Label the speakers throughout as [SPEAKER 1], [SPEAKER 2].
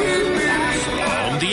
[SPEAKER 1] From the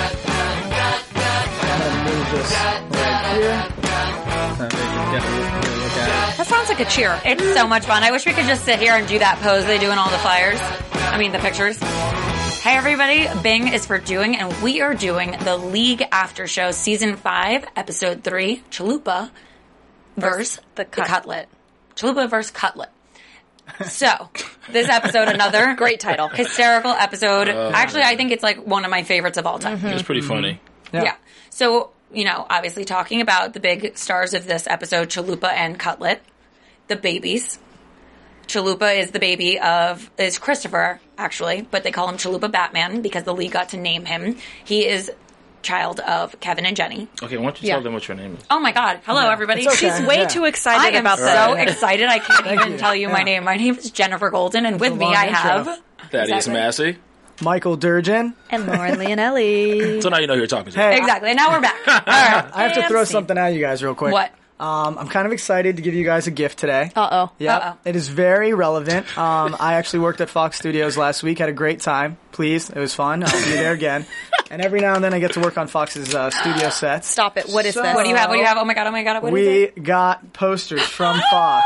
[SPEAKER 2] That sounds like a cheer. It's so much fun. I wish we could just sit here and do that pose they do in all the flyers. I mean, the pictures. Hey, everybody. Bing is for doing, and we are doing the League After Show, Season 5, Episode 3, Chalupa versus the, Cutlet. Chalupa versus Cutlet. So, this episode, another great title, hysterical episode. Actually, I think it's like one of my favorites of all time.
[SPEAKER 3] It's pretty funny.
[SPEAKER 2] Yeah. So, you know, obviously talking about the big stars of this episode, Chalupa and Cutlet, the babies. Chalupa is the baby of, is Christopher, actually, but they call him Chalupa Batman because the league got to name him. He is child of Kevin and Jenny.
[SPEAKER 3] Okay, why don't you tell them what your name is?
[SPEAKER 2] Oh my God. Hello, everybody.
[SPEAKER 4] She's way too
[SPEAKER 2] I
[SPEAKER 4] excited
[SPEAKER 2] am
[SPEAKER 4] about
[SPEAKER 2] so
[SPEAKER 4] that.
[SPEAKER 2] excited. I can't even tell you my name. My name is Jennifer Golden, and with me
[SPEAKER 5] long
[SPEAKER 2] I
[SPEAKER 5] intro.
[SPEAKER 2] have.
[SPEAKER 3] Thaddeus
[SPEAKER 2] Exactly.
[SPEAKER 3] Massey.
[SPEAKER 5] Michael Durgin.
[SPEAKER 4] And Lauren Leonelli.
[SPEAKER 3] So now you know who you're talking to.
[SPEAKER 5] Hey,
[SPEAKER 2] Exactly. And now we're back. All right.
[SPEAKER 5] I have to throw something at you guys real quick.
[SPEAKER 2] What?
[SPEAKER 5] Um, I'm kind of excited to give you guys a gift today.
[SPEAKER 4] Uh oh.
[SPEAKER 5] Yep.
[SPEAKER 2] Uh-oh.
[SPEAKER 5] It is very relevant. Um, I actually worked at Fox Studios last week. Had a great time. Please, it was fun. I'll be there again. And every now and then I get to work on Fox's uh, studio sets.
[SPEAKER 4] Stop it. What is
[SPEAKER 5] So-
[SPEAKER 4] this?
[SPEAKER 2] What do you have? What do you have? Oh my God. Oh my God. What is
[SPEAKER 5] we
[SPEAKER 2] it?
[SPEAKER 5] got posters from Fox.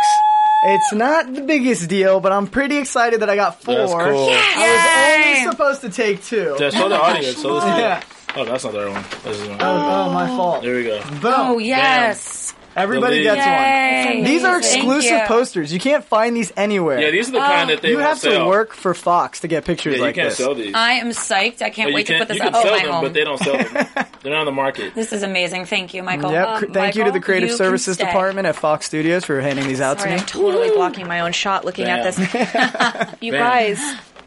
[SPEAKER 5] It's not the biggest deal, but I'm pretty excited that I got four.
[SPEAKER 3] That's cool.
[SPEAKER 5] I was
[SPEAKER 2] Yay!
[SPEAKER 5] only supposed to take two.
[SPEAKER 3] That's for the audience. So listen.
[SPEAKER 5] Yeah.
[SPEAKER 3] Oh, that's not the right one. This is the
[SPEAKER 5] Oh,
[SPEAKER 3] one.
[SPEAKER 5] oh, my fault.
[SPEAKER 3] There we go.
[SPEAKER 5] Boom.
[SPEAKER 2] Oh, yes.
[SPEAKER 5] Everybody
[SPEAKER 3] The lead.
[SPEAKER 5] gets one.
[SPEAKER 2] Yay.
[SPEAKER 5] These are
[SPEAKER 2] Thank
[SPEAKER 5] exclusive
[SPEAKER 2] you.
[SPEAKER 5] posters. You can't find these anywhere.
[SPEAKER 3] Yeah, these are the kind that they
[SPEAKER 5] you
[SPEAKER 3] won't
[SPEAKER 5] have
[SPEAKER 3] sell.
[SPEAKER 5] to work for Fox to get pictures
[SPEAKER 3] Yeah,
[SPEAKER 5] like
[SPEAKER 3] you can't
[SPEAKER 5] this.
[SPEAKER 3] sell these.
[SPEAKER 2] I am psyched. I can't
[SPEAKER 3] you
[SPEAKER 2] Um, wait to
[SPEAKER 3] can-
[SPEAKER 2] put this
[SPEAKER 3] you can
[SPEAKER 2] up Oh, in
[SPEAKER 3] sell
[SPEAKER 2] my
[SPEAKER 3] them,
[SPEAKER 2] home.
[SPEAKER 3] but they don't sell them. They're not on the market.
[SPEAKER 2] This is amazing. Thank you, Michael.
[SPEAKER 5] Yep.
[SPEAKER 2] Um,
[SPEAKER 5] cr- thank you to
[SPEAKER 2] Michael,
[SPEAKER 5] the Creative
[SPEAKER 2] you can
[SPEAKER 5] Services
[SPEAKER 2] stay.
[SPEAKER 5] Department at Fox Studios for handing these out
[SPEAKER 4] Sorry,
[SPEAKER 5] to
[SPEAKER 4] I'm
[SPEAKER 5] me.
[SPEAKER 4] totally blocking my own shot looking at this. you
[SPEAKER 3] Bam.
[SPEAKER 4] guys,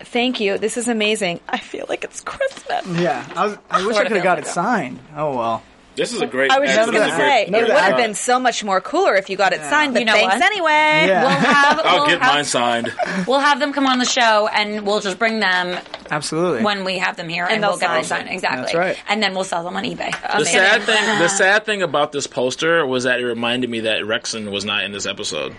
[SPEAKER 4] thank you. This is amazing. I feel like it's Christmas.
[SPEAKER 5] Yeah, I, was, I wish I
[SPEAKER 2] Swear to
[SPEAKER 5] could have
[SPEAKER 2] God,
[SPEAKER 5] got it
[SPEAKER 2] I don't.
[SPEAKER 5] signed. Oh well.
[SPEAKER 3] This is a great.
[SPEAKER 4] I was just
[SPEAKER 5] None of
[SPEAKER 4] going to
[SPEAKER 5] that.
[SPEAKER 4] say, it
[SPEAKER 5] None of
[SPEAKER 4] would
[SPEAKER 5] that.
[SPEAKER 4] have been so much more cooler if you got it signed, but
[SPEAKER 2] You know
[SPEAKER 4] thanks
[SPEAKER 2] what?
[SPEAKER 4] anyway.
[SPEAKER 5] Yeah.
[SPEAKER 2] We'll have,
[SPEAKER 3] I'll
[SPEAKER 2] we'll,
[SPEAKER 3] get
[SPEAKER 2] have,
[SPEAKER 3] mine signed.
[SPEAKER 2] we'll have them come on the show, and we'll just bring them
[SPEAKER 5] Absolutely.
[SPEAKER 2] when we have them here, and,
[SPEAKER 4] they'll
[SPEAKER 2] we'll get them
[SPEAKER 4] sign.
[SPEAKER 2] signed. Exactly.
[SPEAKER 5] That's right.
[SPEAKER 2] And then we'll sell them on eBay.
[SPEAKER 3] The
[SPEAKER 2] Amazing.
[SPEAKER 3] sad thing, the sad thing about this poster was that it reminded me that Rexon was not in this episode.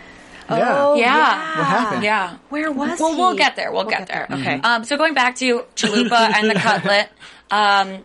[SPEAKER 5] yeah.
[SPEAKER 4] Oh,
[SPEAKER 2] Yeah.
[SPEAKER 5] What happened?
[SPEAKER 2] Yeah.
[SPEAKER 4] Where was
[SPEAKER 2] Well,
[SPEAKER 4] he?
[SPEAKER 2] we'll get there. We'll, get, there.
[SPEAKER 3] Mm-hmm.
[SPEAKER 2] Okay. Um, so going back to Chalupa and the cutlet, um,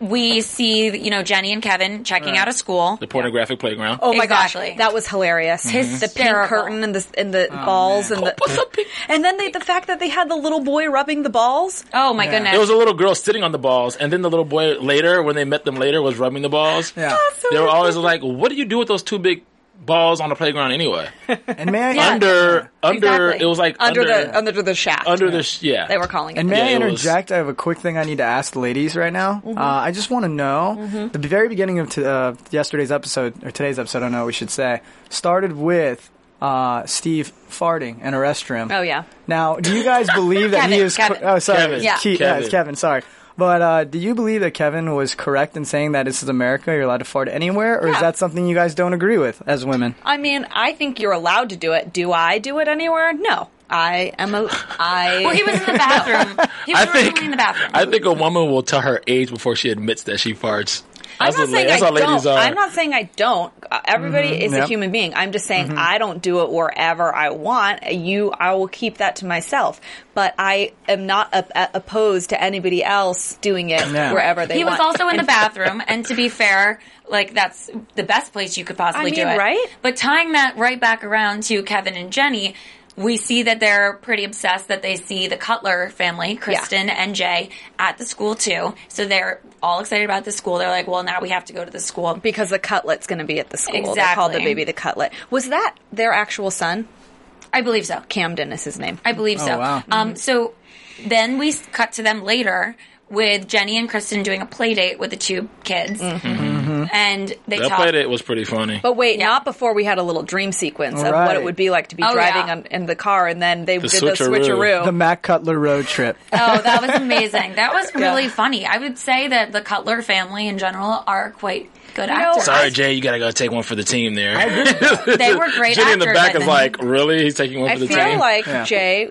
[SPEAKER 2] we see you know Jenny and Kevin checking out of school.
[SPEAKER 3] The pornographic playground.
[SPEAKER 4] Oh my
[SPEAKER 2] Exactly.
[SPEAKER 4] gosh, that was hilarious! The pink
[SPEAKER 2] Hysterical.
[SPEAKER 4] curtain and the and the balls and the and then they, the fact that they had the little boy rubbing the balls.
[SPEAKER 2] Oh my goodness!
[SPEAKER 3] There was a little girl sitting on the balls, and then the little boy later, when they met them later, was rubbing the balls.
[SPEAKER 5] Yeah.
[SPEAKER 4] Oh,
[SPEAKER 3] They were always like, "What do you do with those two big balls on the playground anyway?"
[SPEAKER 5] And may I
[SPEAKER 3] Under, under,
[SPEAKER 2] Exactly.
[SPEAKER 3] it was like
[SPEAKER 4] under, the under the shaft.
[SPEAKER 3] under the sh- yeah.
[SPEAKER 4] they were calling it.
[SPEAKER 5] And may
[SPEAKER 3] Yeah,
[SPEAKER 5] I
[SPEAKER 3] it was-
[SPEAKER 5] interject? I have a quick thing I need to ask the ladies right now.
[SPEAKER 2] Mm-hmm.
[SPEAKER 5] Uh, I just want to know the very beginning of t- uh, yesterday's episode or today's episode. I don't know. We should say started with uh, Steve farting in a restroom.
[SPEAKER 4] oh yeah,
[SPEAKER 5] Now, do you guys believe that he
[SPEAKER 2] Kevin,
[SPEAKER 5] is?
[SPEAKER 2] Kevin.
[SPEAKER 5] oh, sorry,
[SPEAKER 3] Kevin,
[SPEAKER 5] It's Ke- yeah, it's
[SPEAKER 3] Kevin.
[SPEAKER 5] Kevin. Sorry, but uh, do you believe that Kevin was correct in saying that this is America? You're allowed to fart anywhere, or is
[SPEAKER 4] Yeah.
[SPEAKER 5] that something you guys don't agree with as women?
[SPEAKER 4] I mean, I think you're allowed to do it. Do I do it anywhere? No. I am a. I.
[SPEAKER 2] well, he was in the bathroom. He was
[SPEAKER 3] I think
[SPEAKER 2] originally in the bathroom.
[SPEAKER 3] I think a woman will tell her age before she admits that she farts.
[SPEAKER 4] I'm
[SPEAKER 3] That's what
[SPEAKER 4] not
[SPEAKER 3] la-
[SPEAKER 4] saying I
[SPEAKER 3] that's how ladies
[SPEAKER 4] don't.
[SPEAKER 3] are. Mm-hmm.
[SPEAKER 4] I'm not saying I don't. Uh, Everybody is
[SPEAKER 5] Yep.
[SPEAKER 4] a human being. I'm just saying I don't do it wherever I want. You, I will keep that to myself. But I am not op- uh, opposed to anybody else doing it
[SPEAKER 5] No.
[SPEAKER 4] wherever they
[SPEAKER 2] he was
[SPEAKER 4] want.
[SPEAKER 2] also in the bathroom, and to be fair, like that's the best place you could possibly
[SPEAKER 4] I mean,
[SPEAKER 2] do it,
[SPEAKER 4] right?
[SPEAKER 2] But tying that right back around to Kevin and Jenny, we see that they're pretty obsessed that they see the Cutler family, Kristen and Jay, at the school too. So they're all excited about the school. They're like, well, now we have to go to the school.
[SPEAKER 4] because the cutlet's going to be at the school. They called the
[SPEAKER 2] Exactly.
[SPEAKER 4] baby the cutlet. Was that their actual son?
[SPEAKER 2] I believe so.
[SPEAKER 4] Camden is his name.
[SPEAKER 2] I believe so.
[SPEAKER 5] wow.
[SPEAKER 2] Um, so then we s- cut to them later with Jenny and Kristen doing a play date with the two kids, and they
[SPEAKER 3] That
[SPEAKER 2] talk.
[SPEAKER 3] play date was pretty funny.
[SPEAKER 4] But Oh, wait, not before we had a little dream sequence of what
[SPEAKER 5] Right.
[SPEAKER 4] it would be like to be
[SPEAKER 2] Oh,
[SPEAKER 4] driving
[SPEAKER 2] yeah.
[SPEAKER 4] on, in the car, and then they did
[SPEAKER 3] switcheroo.
[SPEAKER 4] the switcheroo.
[SPEAKER 5] The Matt Cutler road trip.
[SPEAKER 2] Oh, that was amazing. That was really funny. I would say that the Cutler family in general are quite good actors.
[SPEAKER 3] Sorry, Jay, you gotta go take one for the team there.
[SPEAKER 2] They were great
[SPEAKER 3] Jenny in
[SPEAKER 2] actors.
[SPEAKER 3] the back
[SPEAKER 2] I
[SPEAKER 3] is
[SPEAKER 2] think.
[SPEAKER 3] like, really? He's taking one
[SPEAKER 4] I
[SPEAKER 3] for the
[SPEAKER 4] feel
[SPEAKER 3] team?
[SPEAKER 4] like
[SPEAKER 5] Yeah.
[SPEAKER 4] Jay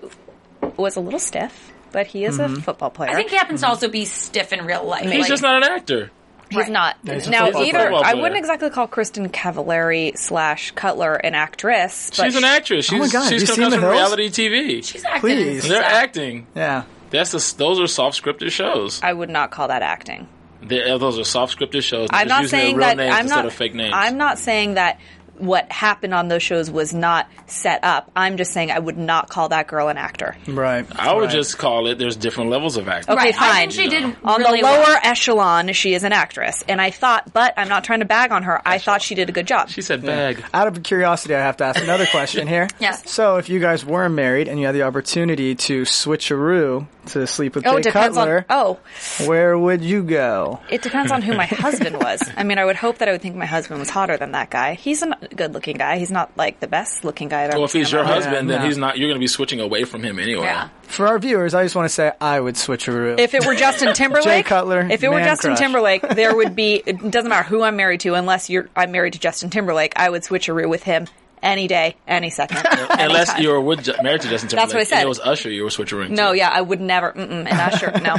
[SPEAKER 4] was a little stiff, but he is
[SPEAKER 5] Mm-hmm.
[SPEAKER 4] a football player.
[SPEAKER 2] I think he happens to also be stiff in real life.
[SPEAKER 3] He's
[SPEAKER 2] Like,
[SPEAKER 3] just not an actor.
[SPEAKER 4] He's not.
[SPEAKER 5] he's a
[SPEAKER 4] now,
[SPEAKER 5] football
[SPEAKER 4] either
[SPEAKER 3] player.
[SPEAKER 4] I wouldn't exactly call Kristen Cavallari slash Cutler an actress. But
[SPEAKER 3] She's an actress. She's,
[SPEAKER 5] oh my God, have
[SPEAKER 3] she's
[SPEAKER 5] you
[SPEAKER 3] come
[SPEAKER 5] seen The Hills?
[SPEAKER 3] from reality TV.
[SPEAKER 2] She's acting.
[SPEAKER 5] Please.
[SPEAKER 3] They're acting.
[SPEAKER 5] Yeah.
[SPEAKER 3] That's the, those are soft scripted shows.
[SPEAKER 4] I would not call that acting.
[SPEAKER 3] They- uh, those are soft scripted shows. They're
[SPEAKER 4] I'm
[SPEAKER 3] just
[SPEAKER 4] not
[SPEAKER 3] using their
[SPEAKER 4] saying
[SPEAKER 3] real
[SPEAKER 4] that.
[SPEAKER 3] names
[SPEAKER 4] I'm
[SPEAKER 3] instead
[SPEAKER 4] not.
[SPEAKER 3] of fake names.
[SPEAKER 4] I'm not saying that what happened on those shows was not set up. I'm just saying I would not call that girl an actor.
[SPEAKER 5] Right.
[SPEAKER 3] I would
[SPEAKER 5] Right.
[SPEAKER 3] just call it. There's different levels of acting.
[SPEAKER 4] Okay,
[SPEAKER 2] Right. I
[SPEAKER 4] fine.
[SPEAKER 2] think she did
[SPEAKER 4] on
[SPEAKER 2] really
[SPEAKER 4] the lower
[SPEAKER 2] well.
[SPEAKER 4] echelon, she is an actress, and I thought, but I'm not trying to bag on her. I thought she did a good job.
[SPEAKER 3] She said bag.
[SPEAKER 5] Out of curiosity, I have to ask another question here.
[SPEAKER 2] Yes.
[SPEAKER 5] So, if you guys were married and you had the opportunity to switcheroo to sleep with
[SPEAKER 4] Oh, it
[SPEAKER 5] Jay
[SPEAKER 4] depends
[SPEAKER 5] Cutler,
[SPEAKER 4] on. Oh,
[SPEAKER 5] where would you go?
[SPEAKER 4] it depends on who my husband was. I mean, I would hope that I would think my husband was hotter than that guy. He's a good-looking guy. He's not like the best-looking guy. I've ever
[SPEAKER 3] Well, if
[SPEAKER 4] seen
[SPEAKER 3] he's
[SPEAKER 4] in
[SPEAKER 3] your
[SPEAKER 4] my life.
[SPEAKER 3] husband, then
[SPEAKER 5] no.
[SPEAKER 3] he's not. You're going to be switching away from him anyway.
[SPEAKER 2] Yeah.
[SPEAKER 5] For our viewers, I just want to say I would switcheroo.
[SPEAKER 4] If it were Justin Timberlake,
[SPEAKER 5] Cutler,
[SPEAKER 4] if it were
[SPEAKER 5] man
[SPEAKER 4] Justin
[SPEAKER 5] crush.
[SPEAKER 4] Timberlake, there would be. It doesn't matter who I'm married to, unless you're I'm married to Justin Timberlake. I would switcheroo with him any day, any second.
[SPEAKER 3] Unless
[SPEAKER 4] anytime.
[SPEAKER 3] you were with Ju- married to Justin Timberlake,
[SPEAKER 4] That's what I said.
[SPEAKER 3] And it was Usher. You were switchering.
[SPEAKER 4] No,
[SPEAKER 3] to.
[SPEAKER 4] yeah, I would never. Mm-mm, and Usher, no.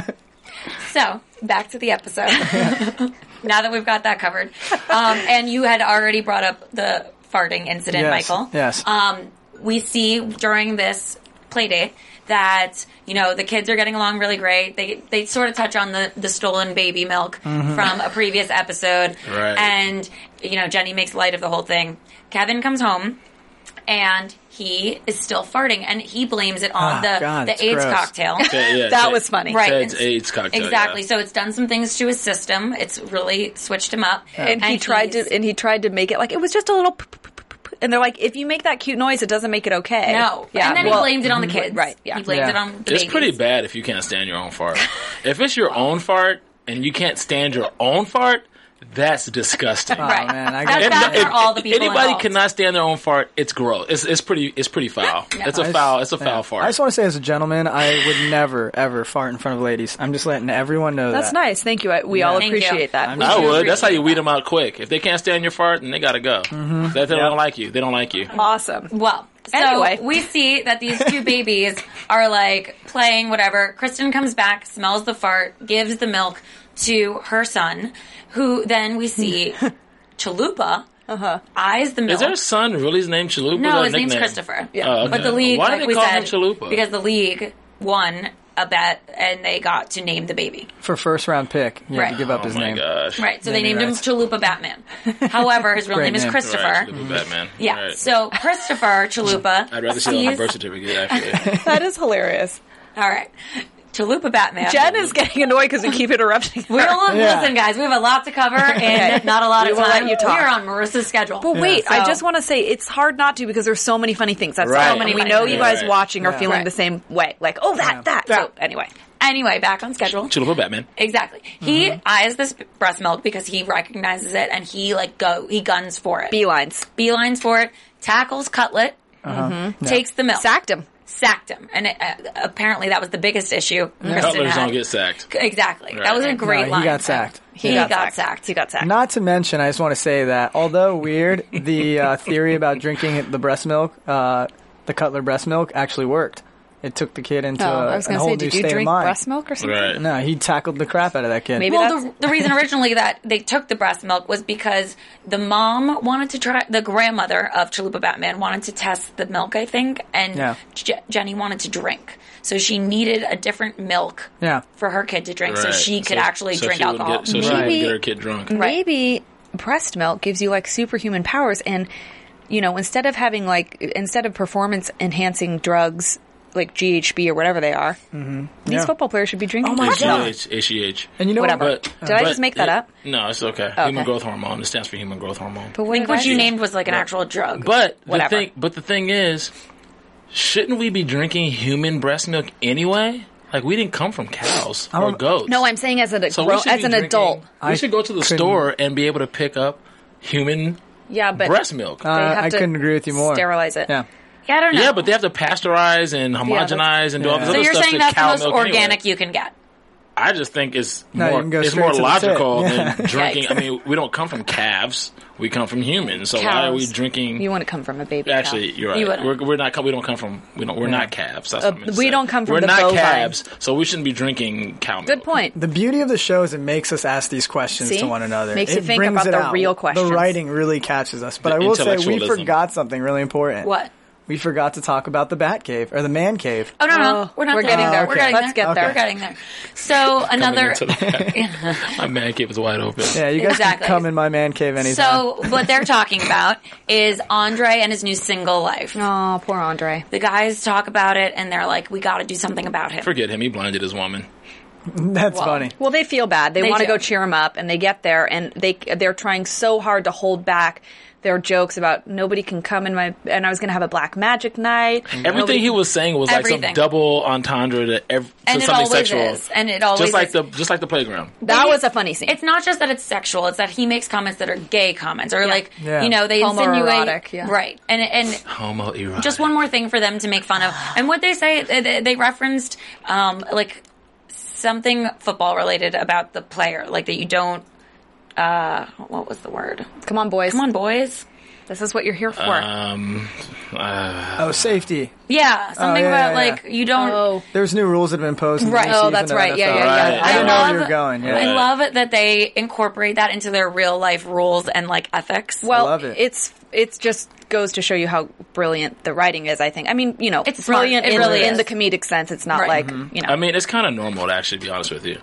[SPEAKER 2] So back to the episode. now that we've got that covered, um, and you had already brought up the farting incident,
[SPEAKER 5] Yes,
[SPEAKER 2] Michael.
[SPEAKER 5] yes.
[SPEAKER 2] Um, we see during this play date that you know the kids are getting along really great. They they sort of touch on the the stolen baby milk
[SPEAKER 4] Mm-hmm.
[SPEAKER 2] from a previous episode,
[SPEAKER 3] Right.
[SPEAKER 2] and you know Jenny makes light of the whole thing. Kevin comes home. And he is still farting, and he blames it on
[SPEAKER 5] Ah,
[SPEAKER 2] the,
[SPEAKER 5] God,
[SPEAKER 2] the
[SPEAKER 5] it's
[SPEAKER 2] AIDS
[SPEAKER 5] gross.
[SPEAKER 2] cocktail.
[SPEAKER 3] Yeah, yeah,
[SPEAKER 4] That
[SPEAKER 3] Ted-
[SPEAKER 4] was funny.
[SPEAKER 2] Right.
[SPEAKER 3] Ted's
[SPEAKER 2] It's-
[SPEAKER 3] AIDS cocktail.
[SPEAKER 2] Exactly.
[SPEAKER 3] yeah.
[SPEAKER 2] So it's done some things to his system. It's really switched him up.
[SPEAKER 4] And he tried
[SPEAKER 2] he's-
[SPEAKER 4] to, and he tried to make it like it was just a little. p- p- p- p- p- And they're like, if you make that cute noise, it doesn't make it okay.
[SPEAKER 2] No.
[SPEAKER 4] yeah.
[SPEAKER 2] And then
[SPEAKER 4] well, mm-hmm.
[SPEAKER 2] he blamed it on the kids.
[SPEAKER 4] Right, yeah.
[SPEAKER 2] He blamed
[SPEAKER 5] Yeah.
[SPEAKER 2] it on the
[SPEAKER 3] It's
[SPEAKER 2] babies.
[SPEAKER 3] pretty bad if you can't stand your own fart. if it's your own fart and you can't stand your own fart, that's disgusting.
[SPEAKER 5] Oh,
[SPEAKER 2] Right.
[SPEAKER 5] man, I
[SPEAKER 2] That's
[SPEAKER 5] get
[SPEAKER 2] bad
[SPEAKER 5] it.
[SPEAKER 2] for all the people
[SPEAKER 3] anybody
[SPEAKER 2] involved.
[SPEAKER 3] cannot stand their own fart, it's gross. It's, it's pretty. It's pretty foul. It's a foul. It's a foul fart.
[SPEAKER 5] I just want to say, as a gentleman, I would never ever fart in front of ladies. I'm just letting everyone know
[SPEAKER 4] that's
[SPEAKER 5] that.
[SPEAKER 4] nice. Thank you. I, we all
[SPEAKER 2] Thank you.
[SPEAKER 4] appreciate that.
[SPEAKER 5] I'm
[SPEAKER 4] We
[SPEAKER 3] I
[SPEAKER 4] do
[SPEAKER 3] would. That's how you
[SPEAKER 4] appreciate
[SPEAKER 3] weed them out quick. If they can't stand your fart, then they gotta go.
[SPEAKER 5] Mm-hmm.
[SPEAKER 3] If they don't like you, they don't like you.
[SPEAKER 4] that. Awesome.
[SPEAKER 2] Well, so
[SPEAKER 4] Anyway.
[SPEAKER 2] we see that these two babies are like playing whatever. Kristen comes back, smells the fart, gives the milk to her son, who then we see Chalupa
[SPEAKER 5] Uh-huh.
[SPEAKER 2] eyes the milk.
[SPEAKER 3] Is their son really his name Chalupa?
[SPEAKER 2] No,
[SPEAKER 3] Or
[SPEAKER 2] his name's
[SPEAKER 3] nickname?
[SPEAKER 2] Christopher.
[SPEAKER 3] Yeah. Oh, okay.
[SPEAKER 2] But the league,
[SPEAKER 3] Why do
[SPEAKER 2] like
[SPEAKER 3] they
[SPEAKER 2] we
[SPEAKER 3] call
[SPEAKER 2] said,
[SPEAKER 3] him Chalupa?
[SPEAKER 2] because the league won a bet and they got to name the baby.
[SPEAKER 5] For first round pick, you have
[SPEAKER 2] Right.
[SPEAKER 5] to give up
[SPEAKER 3] Oh
[SPEAKER 5] his
[SPEAKER 3] my
[SPEAKER 5] name.
[SPEAKER 3] gosh.
[SPEAKER 2] Right. So they
[SPEAKER 5] Naming
[SPEAKER 2] named him
[SPEAKER 5] rights.
[SPEAKER 2] Chalupa Batman. However, his real
[SPEAKER 5] Great
[SPEAKER 2] name is
[SPEAKER 5] name.
[SPEAKER 2] Christopher.
[SPEAKER 3] Right, Chalupa Batman.
[SPEAKER 2] Yeah.
[SPEAKER 3] Right.
[SPEAKER 2] So Christopher Chalupa.
[SPEAKER 3] I'd rather see it on the
[SPEAKER 2] sees-
[SPEAKER 3] birth certificate. Actually,
[SPEAKER 4] That is hilarious.
[SPEAKER 2] All right. Chalupa Batman.
[SPEAKER 4] Jen is getting annoyed because we keep interrupting. her.
[SPEAKER 2] We don't
[SPEAKER 5] Yeah.
[SPEAKER 2] listen, guys. We have a lot to cover and not a lot
[SPEAKER 4] We
[SPEAKER 2] of
[SPEAKER 4] will
[SPEAKER 2] time.
[SPEAKER 4] let you talk.
[SPEAKER 2] We're on Marissa's schedule.
[SPEAKER 4] But wait, I
[SPEAKER 2] So-
[SPEAKER 4] just want to say it's hard not to because there's so many funny things. That's
[SPEAKER 3] Right.
[SPEAKER 4] so many. We
[SPEAKER 2] Right.
[SPEAKER 4] know you guys
[SPEAKER 3] Right.
[SPEAKER 4] watching are
[SPEAKER 5] Oh Yeah.
[SPEAKER 4] feeling
[SPEAKER 2] Right.
[SPEAKER 4] the same way. Like, oh, that, that. So anyway,
[SPEAKER 2] Anyway, back on schedule.
[SPEAKER 3] Chalupa Batman.
[SPEAKER 2] Exactly. He
[SPEAKER 4] Mm-hmm.
[SPEAKER 2] eyes this breast milk because he recognizes it and he like go he guns for it.
[SPEAKER 4] beelines
[SPEAKER 2] beelines for it, tackles Cutlet,
[SPEAKER 5] Uh-huh.
[SPEAKER 4] Mm-hmm.
[SPEAKER 2] takes the milk,
[SPEAKER 4] sacked him.
[SPEAKER 2] sacked him, and it, uh, apparently that was the biggest issue. Kristen
[SPEAKER 3] Cutler's
[SPEAKER 2] had.
[SPEAKER 3] don't get sacked.
[SPEAKER 2] Exactly,
[SPEAKER 3] Right.
[SPEAKER 2] that was a
[SPEAKER 3] No,
[SPEAKER 2] great
[SPEAKER 5] he
[SPEAKER 2] line.
[SPEAKER 5] got sacked.
[SPEAKER 2] He, got, sacked.
[SPEAKER 4] He got sacked.
[SPEAKER 5] Not to mention, I just want to say that although weird, the uh, theory about drinking the breast milk, uh, the Cutler breast milk, actually worked. It took the kid into a,
[SPEAKER 4] Oh, I was
[SPEAKER 5] a
[SPEAKER 4] going to
[SPEAKER 5] whole
[SPEAKER 4] say,
[SPEAKER 5] new
[SPEAKER 4] did
[SPEAKER 5] state
[SPEAKER 4] you
[SPEAKER 5] of
[SPEAKER 4] drink
[SPEAKER 5] mind.
[SPEAKER 4] breast milk or something?
[SPEAKER 3] Right.
[SPEAKER 5] No, he tackled the crap out of that kid.
[SPEAKER 4] Maybe
[SPEAKER 2] Well,
[SPEAKER 4] that's-
[SPEAKER 2] the, the reason originally that they took the breast milk was because the mom wanted to try, the grandmother of Chalupa Batman wanted to test the milk, I think, and
[SPEAKER 5] Yeah.
[SPEAKER 2] Je- Jenny wanted to drink. So she needed a different milk
[SPEAKER 5] Yeah.
[SPEAKER 2] for her kid to drink so
[SPEAKER 3] Right.
[SPEAKER 2] she could actually
[SPEAKER 3] so
[SPEAKER 2] drink
[SPEAKER 3] she wouldn't
[SPEAKER 2] alcohol.
[SPEAKER 3] Get, so she
[SPEAKER 5] Right.
[SPEAKER 3] would get her kid drunk.
[SPEAKER 2] Right.
[SPEAKER 4] Maybe breast milk gives you like superhuman powers, and you know, instead of having like instead of performance enhancing drugs like GHB or whatever they are,
[SPEAKER 3] Mm-hmm.
[SPEAKER 4] these
[SPEAKER 5] Yeah.
[SPEAKER 4] football players should be drinking
[SPEAKER 3] Oh
[SPEAKER 4] breast milk.
[SPEAKER 3] H H E H.
[SPEAKER 5] And you know
[SPEAKER 4] Whatever.
[SPEAKER 3] But
[SPEAKER 4] Oh Did I just
[SPEAKER 3] but
[SPEAKER 4] make
[SPEAKER 3] it-
[SPEAKER 4] that up?
[SPEAKER 3] No, it's okay. Human growth hormone. It stands for human growth hormone.
[SPEAKER 4] But
[SPEAKER 2] I
[SPEAKER 4] what
[SPEAKER 2] think
[SPEAKER 4] did I
[SPEAKER 2] what you
[SPEAKER 4] do?
[SPEAKER 2] named was like an actual drug.
[SPEAKER 3] But the
[SPEAKER 4] Whatever.
[SPEAKER 3] thing, but the thing is, shouldn't we be drinking human breast milk anyway? Like we didn't come from cows or
[SPEAKER 5] don't-
[SPEAKER 3] goats.
[SPEAKER 4] No, I'm saying as an
[SPEAKER 3] So we
[SPEAKER 4] grown,
[SPEAKER 3] should
[SPEAKER 4] as
[SPEAKER 3] be
[SPEAKER 4] an
[SPEAKER 3] drinking-
[SPEAKER 4] adult.
[SPEAKER 3] we
[SPEAKER 5] I
[SPEAKER 3] should go to the
[SPEAKER 5] couldn't-
[SPEAKER 3] store and be able to pick up human
[SPEAKER 4] Yeah, but
[SPEAKER 3] breast milk.
[SPEAKER 4] they have
[SPEAKER 5] Uh, I
[SPEAKER 4] to
[SPEAKER 5] couldn't agree with you more.
[SPEAKER 4] Sterilize it.
[SPEAKER 5] Yeah.
[SPEAKER 2] Yeah, I don't know.
[SPEAKER 3] yeah, but they have to pasteurize and
[SPEAKER 4] that's-
[SPEAKER 3] homogenize and do all this
[SPEAKER 5] So
[SPEAKER 2] so
[SPEAKER 3] other
[SPEAKER 2] you're
[SPEAKER 3] stuff.
[SPEAKER 2] saying that's
[SPEAKER 3] that
[SPEAKER 2] the
[SPEAKER 3] cow
[SPEAKER 2] most
[SPEAKER 3] milk
[SPEAKER 2] organic
[SPEAKER 3] Anyway.
[SPEAKER 2] you can get?
[SPEAKER 3] I just think it's
[SPEAKER 5] No, you
[SPEAKER 3] more
[SPEAKER 5] can go
[SPEAKER 3] it's
[SPEAKER 5] straight
[SPEAKER 3] more
[SPEAKER 5] to the
[SPEAKER 3] logical
[SPEAKER 5] tip.
[SPEAKER 3] than
[SPEAKER 5] Yeah.
[SPEAKER 3] drinking.
[SPEAKER 2] Yikes.
[SPEAKER 3] I mean, we don't come from calves. We come from humans. So why are we
[SPEAKER 4] Cows.
[SPEAKER 3] drinking?
[SPEAKER 4] You want to come from a baby. cow.
[SPEAKER 3] Actually, you're right.
[SPEAKER 2] You wouldn't.
[SPEAKER 3] we're, we're not. co- We don't come from. We don't. We're not calves. That's
[SPEAKER 4] Uh,
[SPEAKER 3] what I'm
[SPEAKER 4] we
[SPEAKER 3] saying.
[SPEAKER 4] don't come from
[SPEAKER 3] We're
[SPEAKER 4] the
[SPEAKER 3] not
[SPEAKER 4] bovine.
[SPEAKER 3] calves, so we shouldn't be drinking cow milk.
[SPEAKER 4] Good point.
[SPEAKER 5] The beauty of the show is it makes us ask these questions
[SPEAKER 4] See?
[SPEAKER 5] to one another.
[SPEAKER 4] Makes
[SPEAKER 5] it
[SPEAKER 4] you think
[SPEAKER 5] brings
[SPEAKER 4] about
[SPEAKER 5] it
[SPEAKER 4] the
[SPEAKER 5] out.
[SPEAKER 4] real questions.
[SPEAKER 5] The writing really catches us. But
[SPEAKER 3] The
[SPEAKER 5] I will say we
[SPEAKER 3] intellectualism.
[SPEAKER 5] forgot something really important.
[SPEAKER 2] What?
[SPEAKER 5] We forgot to talk about the bat cave or the man cave.
[SPEAKER 2] Oh no, no,
[SPEAKER 4] Oh,
[SPEAKER 2] we're not.
[SPEAKER 4] we're getting
[SPEAKER 5] there.
[SPEAKER 2] We're
[SPEAKER 5] Okay.
[SPEAKER 2] getting
[SPEAKER 4] Let's
[SPEAKER 2] there.
[SPEAKER 4] get there.
[SPEAKER 2] We're getting there. So another.
[SPEAKER 3] Into the- My man cave is wide open.
[SPEAKER 5] Yeah, you guys
[SPEAKER 2] Exactly.
[SPEAKER 5] can come in my man cave anytime.
[SPEAKER 2] So what they're talking about is Andre and his new single life.
[SPEAKER 4] Oh, poor Andre.
[SPEAKER 2] The guys talk about it and they're like, "We got to do something about him."
[SPEAKER 3] Forget him. He blinded his woman.
[SPEAKER 5] That's
[SPEAKER 2] Well,
[SPEAKER 5] funny.
[SPEAKER 4] Well, they feel bad. They,
[SPEAKER 2] They
[SPEAKER 4] want to
[SPEAKER 2] do.
[SPEAKER 4] go cheer him up, and they get there, and they they're trying so hard to hold back their jokes about nobody can come in my and I was going to have a black magic night.
[SPEAKER 3] Everything he was saying was like some
[SPEAKER 2] Everything.
[SPEAKER 3] double entendre to, ev- to
[SPEAKER 2] And it
[SPEAKER 3] something
[SPEAKER 2] always
[SPEAKER 3] sexual.
[SPEAKER 2] is. And it always
[SPEAKER 3] just like
[SPEAKER 2] is.
[SPEAKER 3] the just like the playground.
[SPEAKER 4] that was a funny scene.
[SPEAKER 2] It's not just that it's sexual; it's that he makes comments that are gay comments or like
[SPEAKER 5] Yeah.
[SPEAKER 2] you know they
[SPEAKER 4] Homoerotic,
[SPEAKER 2] insinuate
[SPEAKER 4] yeah.
[SPEAKER 2] right and and.
[SPEAKER 3] Homoerotic.
[SPEAKER 2] Just one more thing for them to make fun of, and what they say they- they referenced um, like something football related about the player, like that you don't. Uh, what was the word?
[SPEAKER 4] come on, boys.
[SPEAKER 2] Come on, boys.
[SPEAKER 4] This is what you're here for.
[SPEAKER 3] Um, uh,
[SPEAKER 5] Oh, safety.
[SPEAKER 2] Yeah, something
[SPEAKER 5] Oh, yeah,
[SPEAKER 2] about
[SPEAKER 5] yeah,
[SPEAKER 2] like
[SPEAKER 5] yeah.
[SPEAKER 2] you don't.
[SPEAKER 4] oh,
[SPEAKER 5] There's new rules that have been imposed. in the
[SPEAKER 2] Right.
[SPEAKER 5] new
[SPEAKER 2] Oh,
[SPEAKER 5] season
[SPEAKER 4] that's
[SPEAKER 5] of
[SPEAKER 4] right. Yeah,
[SPEAKER 5] NFL.
[SPEAKER 3] yeah, yeah. Right.
[SPEAKER 5] I
[SPEAKER 3] I
[SPEAKER 5] don't know
[SPEAKER 2] love-
[SPEAKER 5] where you're going. Yeah.
[SPEAKER 2] I love that they incorporate that into their real life rules and like ethics.
[SPEAKER 4] well,
[SPEAKER 5] love it.
[SPEAKER 4] it's it's just goes to show you how brilliant the writing is. I think. I mean, you know,
[SPEAKER 2] It's smart.
[SPEAKER 4] brilliant
[SPEAKER 2] It
[SPEAKER 4] in,
[SPEAKER 2] really
[SPEAKER 4] in
[SPEAKER 2] is.
[SPEAKER 4] the comedic sense. It's not
[SPEAKER 2] Right.
[SPEAKER 4] like you know.
[SPEAKER 3] I mean, it's kind of normal to actually be honest with you.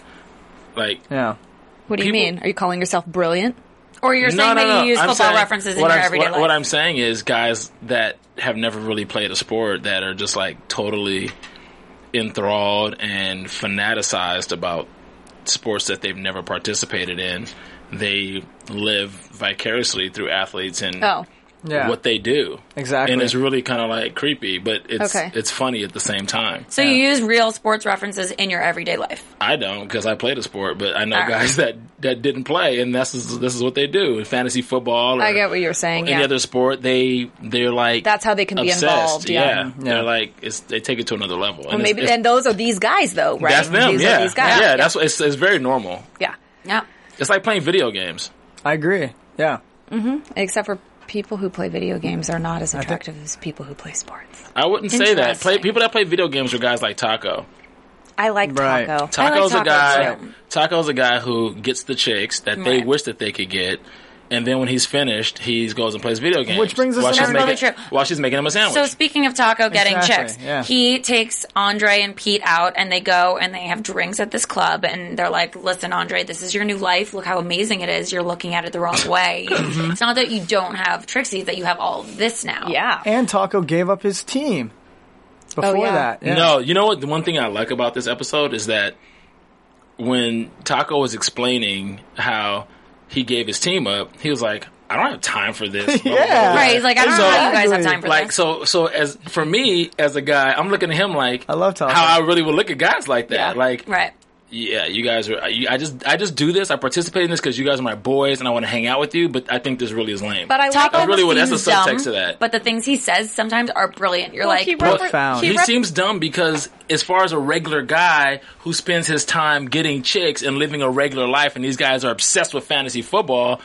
[SPEAKER 3] Like,
[SPEAKER 5] yeah.
[SPEAKER 4] what do you
[SPEAKER 3] people-
[SPEAKER 4] mean? Are you calling yourself brilliant?
[SPEAKER 2] or you're saying that you use
[SPEAKER 3] I'm
[SPEAKER 2] football
[SPEAKER 3] saying-
[SPEAKER 2] references in your
[SPEAKER 3] what I'm,
[SPEAKER 2] everyday
[SPEAKER 3] what,
[SPEAKER 2] life.
[SPEAKER 3] What I'm saying is guys that have never really played a sport that are just like totally enthralled and fanaticized about sports that they've never participated in. They live vicariously through athletes and
[SPEAKER 4] Oh.
[SPEAKER 5] Yeah.
[SPEAKER 3] what they do.
[SPEAKER 5] Exactly.
[SPEAKER 3] And it's really kind of like creepy, but it's
[SPEAKER 4] Okay.
[SPEAKER 3] it's funny at the same time.
[SPEAKER 2] so you use real sports references in your everyday life.
[SPEAKER 3] I don't because I played a sport, but I know
[SPEAKER 2] All right.
[SPEAKER 3] guys that that didn't play, and this is this is what they do in fantasy football. Or
[SPEAKER 4] I get what you're saying,
[SPEAKER 3] Any
[SPEAKER 4] yeah.
[SPEAKER 3] other sport, they they're like
[SPEAKER 4] That's how they can be
[SPEAKER 3] obsessed.
[SPEAKER 4] involved, yeah.
[SPEAKER 5] Yeah.
[SPEAKER 3] they're like it's, they take it to another level.
[SPEAKER 4] Well,
[SPEAKER 3] it's-
[SPEAKER 4] maybe
[SPEAKER 3] it's-
[SPEAKER 4] and those are these guys though, right?
[SPEAKER 3] that's them.
[SPEAKER 4] These
[SPEAKER 3] yeah.
[SPEAKER 4] are these guys.
[SPEAKER 3] yeah, That's what it's, it's very normal.
[SPEAKER 4] yeah.
[SPEAKER 2] Yeah.
[SPEAKER 3] It's like playing video games.
[SPEAKER 5] I agree. Yeah.
[SPEAKER 4] Except for people who play video games are not as attractive as people who play sports.
[SPEAKER 3] I wouldn't say that. Play
[SPEAKER 2] Interesting.
[SPEAKER 3] people that play video games are guys like Taco.
[SPEAKER 4] I like
[SPEAKER 5] Right.
[SPEAKER 4] taco.
[SPEAKER 2] I like
[SPEAKER 3] Taco's a
[SPEAKER 2] Taco,
[SPEAKER 3] guy.
[SPEAKER 2] too.
[SPEAKER 3] Taco's a guy who gets the chicks that they
[SPEAKER 2] Right.
[SPEAKER 3] wish that they could get, and then when he's finished, he goes and plays video games.
[SPEAKER 5] Which brings us
[SPEAKER 3] while
[SPEAKER 5] to
[SPEAKER 3] she's
[SPEAKER 5] another-
[SPEAKER 2] That's
[SPEAKER 3] making,
[SPEAKER 2] probably true.
[SPEAKER 3] while she's making him a sandwich.
[SPEAKER 2] So speaking of Taco getting
[SPEAKER 5] Exactly,
[SPEAKER 2] chicks,
[SPEAKER 5] yeah.
[SPEAKER 2] he takes Andre and Pete out and they go and they have drinks at this club and they're like, "Listen, Andre, this is your new life. Look how amazing it is. You're looking at it the wrong way.
[SPEAKER 3] Mm-hmm.
[SPEAKER 2] it's not that you don't have Trixie, it's that you have all of this now."
[SPEAKER 4] Yeah.
[SPEAKER 5] And Taco gave up his team before
[SPEAKER 4] Oh, yeah.
[SPEAKER 5] that. Yeah.
[SPEAKER 3] No, you know what? The one thing I like about this episode is that when Taco was explaining how he gave his team up, he was like, "I don't have time for this." blah, blah, blah,
[SPEAKER 5] Yeah.
[SPEAKER 3] blah.
[SPEAKER 2] Right, he's like, I don't know how you guys have
[SPEAKER 5] Exactly.
[SPEAKER 2] time for
[SPEAKER 3] Like
[SPEAKER 2] this.
[SPEAKER 3] so, so as for me as a guy, I'm looking at him like
[SPEAKER 5] I love Taco.
[SPEAKER 3] how I really would look at guys like that. Like,
[SPEAKER 2] right.
[SPEAKER 3] yeah, you guys are. You, I just, I just do this. I participate in this because you guys are my boys, and I want to hang out with you. But I think this really is lame.
[SPEAKER 4] But I like
[SPEAKER 2] Taco
[SPEAKER 3] That's really what- that's
[SPEAKER 2] seems
[SPEAKER 3] the subtext
[SPEAKER 2] dumb,
[SPEAKER 3] to that.
[SPEAKER 2] But the things he says sometimes are brilliant. You're
[SPEAKER 4] Well,
[SPEAKER 2] like,
[SPEAKER 4] he
[SPEAKER 3] But
[SPEAKER 5] Profound.
[SPEAKER 3] He
[SPEAKER 4] rep-
[SPEAKER 3] seems dumb because, as far as a regular guy who spends his time getting chicks and living a regular life, and these guys are obsessed with fantasy football,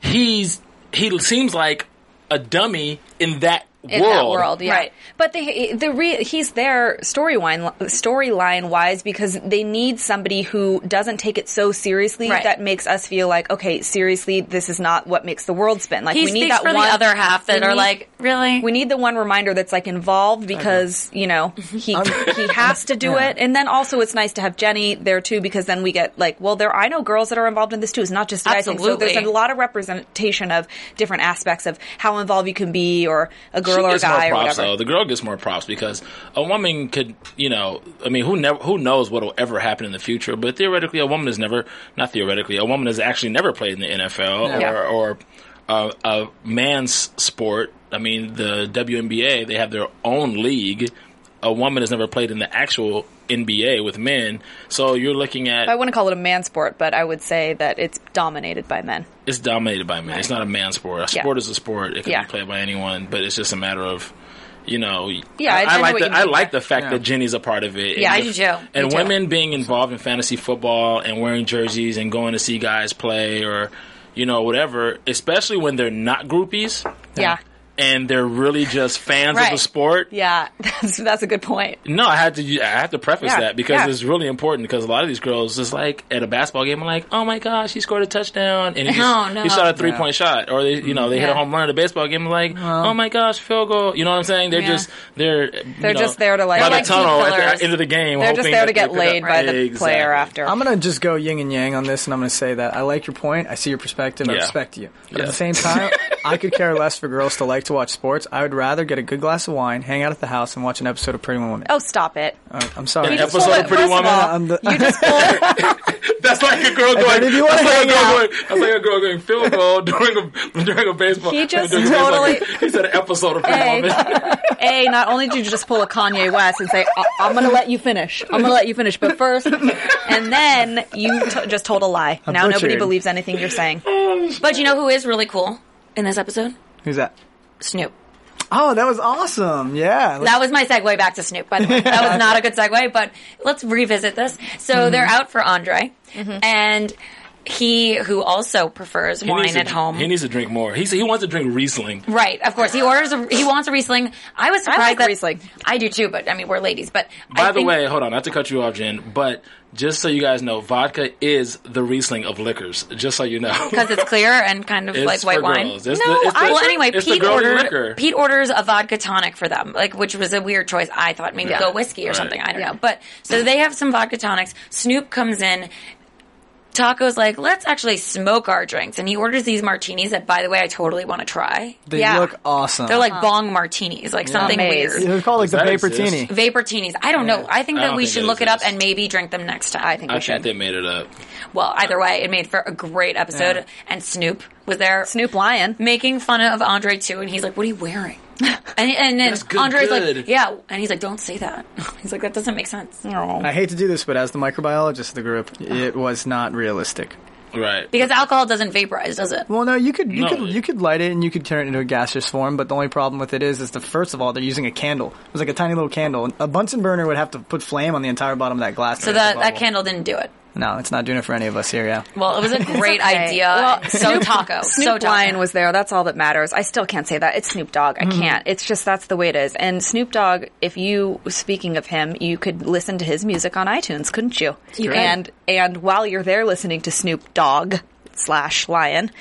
[SPEAKER 3] he's he seems like a dummy in that
[SPEAKER 4] in
[SPEAKER 3] world.
[SPEAKER 4] that world, yeah.
[SPEAKER 2] Right.
[SPEAKER 4] But they, the re, he's there storyline storyline wise because they need somebody who doesn't take it so seriously
[SPEAKER 2] Right.
[SPEAKER 4] that makes us feel like okay, seriously, this is not what makes the world spin. Like
[SPEAKER 2] he
[SPEAKER 4] we need
[SPEAKER 2] speaks
[SPEAKER 4] that
[SPEAKER 2] for
[SPEAKER 4] one
[SPEAKER 2] the other half that
[SPEAKER 4] we
[SPEAKER 2] are
[SPEAKER 4] need-
[SPEAKER 2] like, really?
[SPEAKER 4] we need the one reminder that's like involved because you know he he has to do
[SPEAKER 5] Yeah.
[SPEAKER 4] it, and then also it's nice to have Jenny there too because then we get like, well, there I know girls that are involved in this too. It's not just guys, and so
[SPEAKER 2] Absolutely.
[SPEAKER 4] there's a lot of representation of different aspects of how involved you can be, or a
[SPEAKER 3] She
[SPEAKER 4] girl or a
[SPEAKER 3] gets more
[SPEAKER 4] guy or
[SPEAKER 3] props
[SPEAKER 4] whatever.
[SPEAKER 3] though. The girl gets more props because a woman could, you know, I mean, who never, who knows what will ever happen in the future? But theoretically, a woman has never, not theoretically, a woman has actually never played in the NFL
[SPEAKER 4] Yeah.
[SPEAKER 3] or or uh, a man's sport I mean, the WNBA, they have their own league. A woman has never played in the actual NBA with men. So you're looking at
[SPEAKER 4] I wouldn't call it a man sport, but I would say that it's dominated by men.
[SPEAKER 3] it's dominated by men. It's not a man sport. A
[SPEAKER 4] Yeah.
[SPEAKER 3] sport is a sport. It can
[SPEAKER 4] Yeah.
[SPEAKER 3] be played by anyone, but it's just a matter of, you know.
[SPEAKER 4] Yeah, I- I know
[SPEAKER 3] like
[SPEAKER 4] what
[SPEAKER 3] the
[SPEAKER 4] you
[SPEAKER 3] I
[SPEAKER 4] mean.
[SPEAKER 3] like the fact
[SPEAKER 5] Yeah.
[SPEAKER 3] that Jenny's a part of it.
[SPEAKER 2] Yeah,
[SPEAKER 3] and
[SPEAKER 2] I do
[SPEAKER 3] the-
[SPEAKER 2] too.
[SPEAKER 3] And
[SPEAKER 2] Me too.
[SPEAKER 3] women being involved in fantasy football and wearing jerseys and going to see guys play or, you know, whatever. Especially when they're not groupies
[SPEAKER 4] Yeah.
[SPEAKER 3] and they're really just fans of the
[SPEAKER 2] Right.
[SPEAKER 3] sport.
[SPEAKER 4] Yeah, that's that's a good point.
[SPEAKER 3] No, I had to. I had to preface
[SPEAKER 4] Yeah,
[SPEAKER 3] that because
[SPEAKER 4] yeah.
[SPEAKER 3] it's really important. Because a lot of these girls is like at a basketball game, I'm like, "Oh my gosh, he scored a touchdown!" And he, just,
[SPEAKER 2] No, no.
[SPEAKER 3] he shot a three point shot, or they, you know, they hit a
[SPEAKER 2] Yeah.
[SPEAKER 3] home run at a baseball game, I'm like,
[SPEAKER 4] Uh-huh.
[SPEAKER 3] "Oh my gosh, field goal!" You know what I'm saying? They're
[SPEAKER 2] Yeah.
[SPEAKER 3] just they're
[SPEAKER 4] They're just there to, like-
[SPEAKER 3] by
[SPEAKER 4] They're
[SPEAKER 3] the
[SPEAKER 4] like
[SPEAKER 3] tunnel
[SPEAKER 2] deep
[SPEAKER 3] at
[SPEAKER 2] pillars.
[SPEAKER 3] the end of the game.
[SPEAKER 4] They're just
[SPEAKER 3] hoping
[SPEAKER 4] there
[SPEAKER 3] that they
[SPEAKER 4] to get
[SPEAKER 3] pick up-
[SPEAKER 4] laid by the
[SPEAKER 3] Exactly.
[SPEAKER 4] player after.
[SPEAKER 5] I'm gonna just go yin and yang on this, and I'm gonna say that I like your point. I see your perspective. I
[SPEAKER 3] Yeah.
[SPEAKER 5] respect you. But at
[SPEAKER 3] Yeah.
[SPEAKER 5] the same time, I could care less for girls to like to watch sports. I would rather get a good glass of wine, hang out at the house, and watch an episode of Pretty Woman.
[SPEAKER 4] oh, stop it!
[SPEAKER 5] I'm- I'm sorry.
[SPEAKER 3] Yeah, episode
[SPEAKER 4] Well,
[SPEAKER 3] of Pretty
[SPEAKER 4] first
[SPEAKER 3] Woman.
[SPEAKER 4] all,
[SPEAKER 5] Yeah, I'm the-
[SPEAKER 4] you just pulled,
[SPEAKER 3] That's like a girl
[SPEAKER 5] then
[SPEAKER 3] going.
[SPEAKER 5] if you wanna
[SPEAKER 3] That's like a
[SPEAKER 5] hang
[SPEAKER 3] girl
[SPEAKER 5] out-
[SPEAKER 3] going. That's like a girl going field goal during a during a baseball.
[SPEAKER 4] He just
[SPEAKER 3] during a baseball
[SPEAKER 4] totally-
[SPEAKER 3] game. He said an episode of Pretty
[SPEAKER 4] Hey.
[SPEAKER 3] Woman.
[SPEAKER 4] a. Not only did you just pull a Kanye West and say, I- "I'm going to let you finish," I'm going to let you finish, but first, and then you t- just told a lie. now nobody
[SPEAKER 5] butchered.
[SPEAKER 4] believes anything you're saying.
[SPEAKER 2] But you know who is really cool in this episode?
[SPEAKER 5] Who's that?
[SPEAKER 2] Snoop.
[SPEAKER 5] Oh, that was awesome. Yeah.
[SPEAKER 2] That was my segue back to Snoop, by the way. That was not a good segue, but let's revisit this. So
[SPEAKER 4] Mm-hmm.
[SPEAKER 2] they're out for Andre, and he, who also prefers
[SPEAKER 3] He
[SPEAKER 2] wine
[SPEAKER 3] needs to-
[SPEAKER 2] at home.
[SPEAKER 3] He needs to drink more. He's, he wants to drink Riesling.
[SPEAKER 2] Right, of course. He orders a, he wants a Riesling. I was surprised
[SPEAKER 4] like
[SPEAKER 2] that
[SPEAKER 4] Riesling.
[SPEAKER 2] I do too, but I mean we're ladies, but
[SPEAKER 3] By
[SPEAKER 2] I
[SPEAKER 3] the
[SPEAKER 2] think-
[SPEAKER 3] way, hold on, not to cut you off, Jen, but just so you guys know, vodka is the Riesling of liquors. Just so you know.
[SPEAKER 2] because it's clear and kind of
[SPEAKER 3] It's
[SPEAKER 2] like white
[SPEAKER 3] for
[SPEAKER 2] wine.
[SPEAKER 3] girls. It's
[SPEAKER 2] no,
[SPEAKER 3] the- it's the-
[SPEAKER 2] I, well anyway,
[SPEAKER 3] it's the
[SPEAKER 2] Pete
[SPEAKER 3] girly
[SPEAKER 2] ordered
[SPEAKER 3] liquor.
[SPEAKER 2] Pete orders a vodka tonic for them, like which was a weird choice. I thought maybe
[SPEAKER 3] Yeah.
[SPEAKER 2] go whiskey or
[SPEAKER 3] Right.
[SPEAKER 2] something. I don't
[SPEAKER 4] Yeah.
[SPEAKER 2] know, but so they have some vodka tonics. Snoop comes in. Taco's like, let's actually smoke our drinks, and he orders these martinis that, by the way, I totally want to try.
[SPEAKER 5] they
[SPEAKER 4] yeah.
[SPEAKER 5] look awesome.
[SPEAKER 2] They're like bong martinis, like something
[SPEAKER 4] Amazed.
[SPEAKER 2] weird.
[SPEAKER 5] They're called like
[SPEAKER 3] Does
[SPEAKER 5] the
[SPEAKER 3] that
[SPEAKER 5] Vaportini.
[SPEAKER 3] exist?
[SPEAKER 2] Vaportinis. I don't know. I think
[SPEAKER 3] I
[SPEAKER 2] that
[SPEAKER 3] don't
[SPEAKER 2] we
[SPEAKER 3] think
[SPEAKER 2] should
[SPEAKER 3] it
[SPEAKER 2] look it up
[SPEAKER 3] exists.
[SPEAKER 2] and maybe drink them next time.
[SPEAKER 4] I think
[SPEAKER 3] I
[SPEAKER 4] we should.
[SPEAKER 3] think they made it up.
[SPEAKER 2] Well, either way, it made for a great episode. And Snoop was there.
[SPEAKER 4] Snoop Lion.
[SPEAKER 2] making fun of Andre too, and he's like, "What are you wearing?" And and then
[SPEAKER 3] That's good,
[SPEAKER 2] Andre's
[SPEAKER 3] good.
[SPEAKER 2] like, "Yeah," and he's like, "Don't say that." He's like, "That doesn't make sense."
[SPEAKER 5] I hate to do this, but as the microbiologist of the group, it was not realistic.
[SPEAKER 3] Right.
[SPEAKER 2] Because alcohol doesn't vaporize, does it?
[SPEAKER 5] Well, no, you could you
[SPEAKER 3] No.
[SPEAKER 5] could you could light it and you could turn it into a gaseous form, but the only problem with it is, is the first of all they're using a candle. It was like a tiny little candle. A Bunsen burner would have to put flame on the entire bottom of that glass.
[SPEAKER 2] So that that candle didn't do it.
[SPEAKER 5] No, it's not doing it for any of us here. Yeah,
[SPEAKER 2] Well, it was a great
[SPEAKER 4] okay.
[SPEAKER 2] idea.
[SPEAKER 4] Well,
[SPEAKER 2] so taco, so
[SPEAKER 4] Snoop
[SPEAKER 2] taco.
[SPEAKER 4] Lion was there. That's all that matters. I still can't say that. It's Snoop Dogg. I can't. It's just that's the way it is. And Snoop Dogg, if you speaking of him, you could listen to his music on iTunes, couldn't you?
[SPEAKER 2] You could.
[SPEAKER 4] And and while you're there listening to Snoop Dogg slash Lion,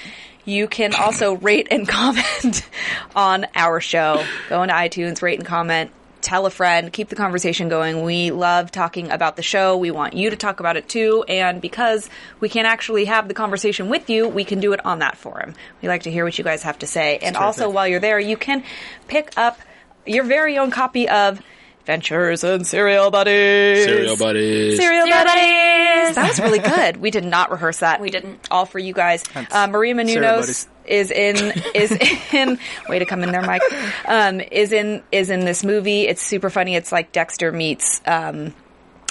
[SPEAKER 4] you can also rate and comment on our show. Go into iTunes, rate and comment. Tell a friend, keep the conversation going. We love talking about the show. We want you to talk about it too. And because we can actually have the conversation with you, we can do it on that forum. We like to hear what you guys have to say. And also, while you're there, you can pick up your very own copy of Adventures in Serial Buddies.
[SPEAKER 3] Cereal buddies.
[SPEAKER 4] Serial
[SPEAKER 2] Serial
[SPEAKER 4] Buddies. That was really good. We did not rehearse that.
[SPEAKER 2] We didn't.
[SPEAKER 4] All for you guys. Uh, Maria
[SPEAKER 5] Serial
[SPEAKER 4] Menounos
[SPEAKER 5] Buddies.
[SPEAKER 4] is in is in way to come in there, Mike. Um, is in is in this movie. It's super funny. It's like Dexter meets. Um,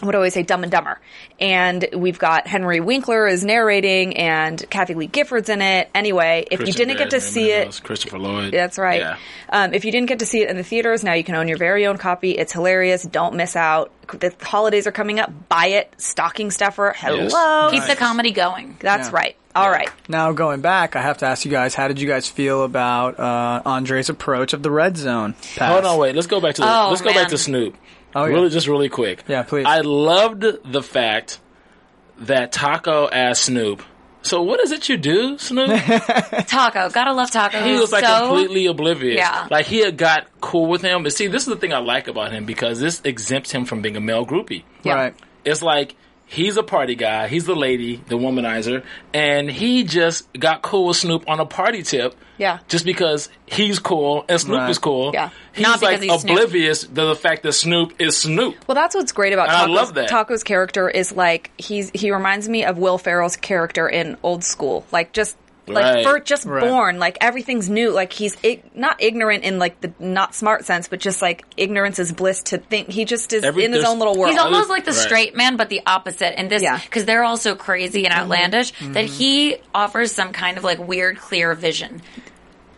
[SPEAKER 4] what do I always say? Dumb and Dumber. And we've got Henry Winkler is narrating, and Kathy Lee Gifford's in it. Anyway, if you
[SPEAKER 3] Christian
[SPEAKER 4] didn't get to
[SPEAKER 3] Grant,
[SPEAKER 4] see
[SPEAKER 3] Raymond
[SPEAKER 4] it,
[SPEAKER 3] Moss, Christopher Lloyd.
[SPEAKER 4] that's right.
[SPEAKER 3] Yeah.
[SPEAKER 4] Um, if you didn't get to see it in the theaters, now you can own your very own copy. It's hilarious. Don't miss out. The holidays are coming up. Buy it. Stocking stuffer. Hello.
[SPEAKER 2] Keep the comedy going.
[SPEAKER 4] That's
[SPEAKER 5] Yeah.
[SPEAKER 4] right. All right.
[SPEAKER 5] Now going back, I have to ask you guys, how did you guys feel about uh, Andre's approach of the red zone pass?
[SPEAKER 3] Hold on, wait. Let's go back to
[SPEAKER 2] Oh,
[SPEAKER 3] let's go
[SPEAKER 2] man.
[SPEAKER 3] back to Snoop.
[SPEAKER 5] Oh, yeah.
[SPEAKER 3] Really, just really quick.
[SPEAKER 5] Yeah, please.
[SPEAKER 3] I loved the fact that Taco asked Snoop. So what is it you do, Snoop?
[SPEAKER 2] Taco, gotta love taco.
[SPEAKER 3] he was like
[SPEAKER 2] so,
[SPEAKER 3] completely oblivious.
[SPEAKER 2] Yeah.
[SPEAKER 3] Like he had got cool with him. But see, this is the thing I like about him because this exempts him from being a male groupie.
[SPEAKER 5] Right.
[SPEAKER 3] It's like he's a party guy, he's the lady, the womanizer, and he just got cool with Snoop on a party tip.
[SPEAKER 4] Yeah.
[SPEAKER 3] Just because he's cool and Snoop
[SPEAKER 5] Right.
[SPEAKER 3] is cool.
[SPEAKER 4] Yeah.
[SPEAKER 3] He's
[SPEAKER 2] Not because
[SPEAKER 3] like
[SPEAKER 2] he's Snoop.
[SPEAKER 3] oblivious to the fact that Snoop is Snoop.
[SPEAKER 4] Well, that's what's great about
[SPEAKER 3] And I
[SPEAKER 4] Taco's,
[SPEAKER 3] love that.
[SPEAKER 4] Taco's character is like he's he reminds me of Will Ferrell's character in Old School. Like just like
[SPEAKER 3] Right.
[SPEAKER 4] for just
[SPEAKER 5] Right.
[SPEAKER 4] born like everything's new like he's ig- not ignorant in like the not smart sense but just like ignorance is bliss to think he just is
[SPEAKER 3] Every-
[SPEAKER 4] in his
[SPEAKER 3] there's-
[SPEAKER 4] own little world
[SPEAKER 2] He's almost
[SPEAKER 3] Other-
[SPEAKER 2] like the
[SPEAKER 3] right.
[SPEAKER 2] straight man, but the opposite. And this,
[SPEAKER 4] Yeah. Mm-hmm.
[SPEAKER 2] because they're also crazy and outlandish, that he offers some kind of like weird, clear vision.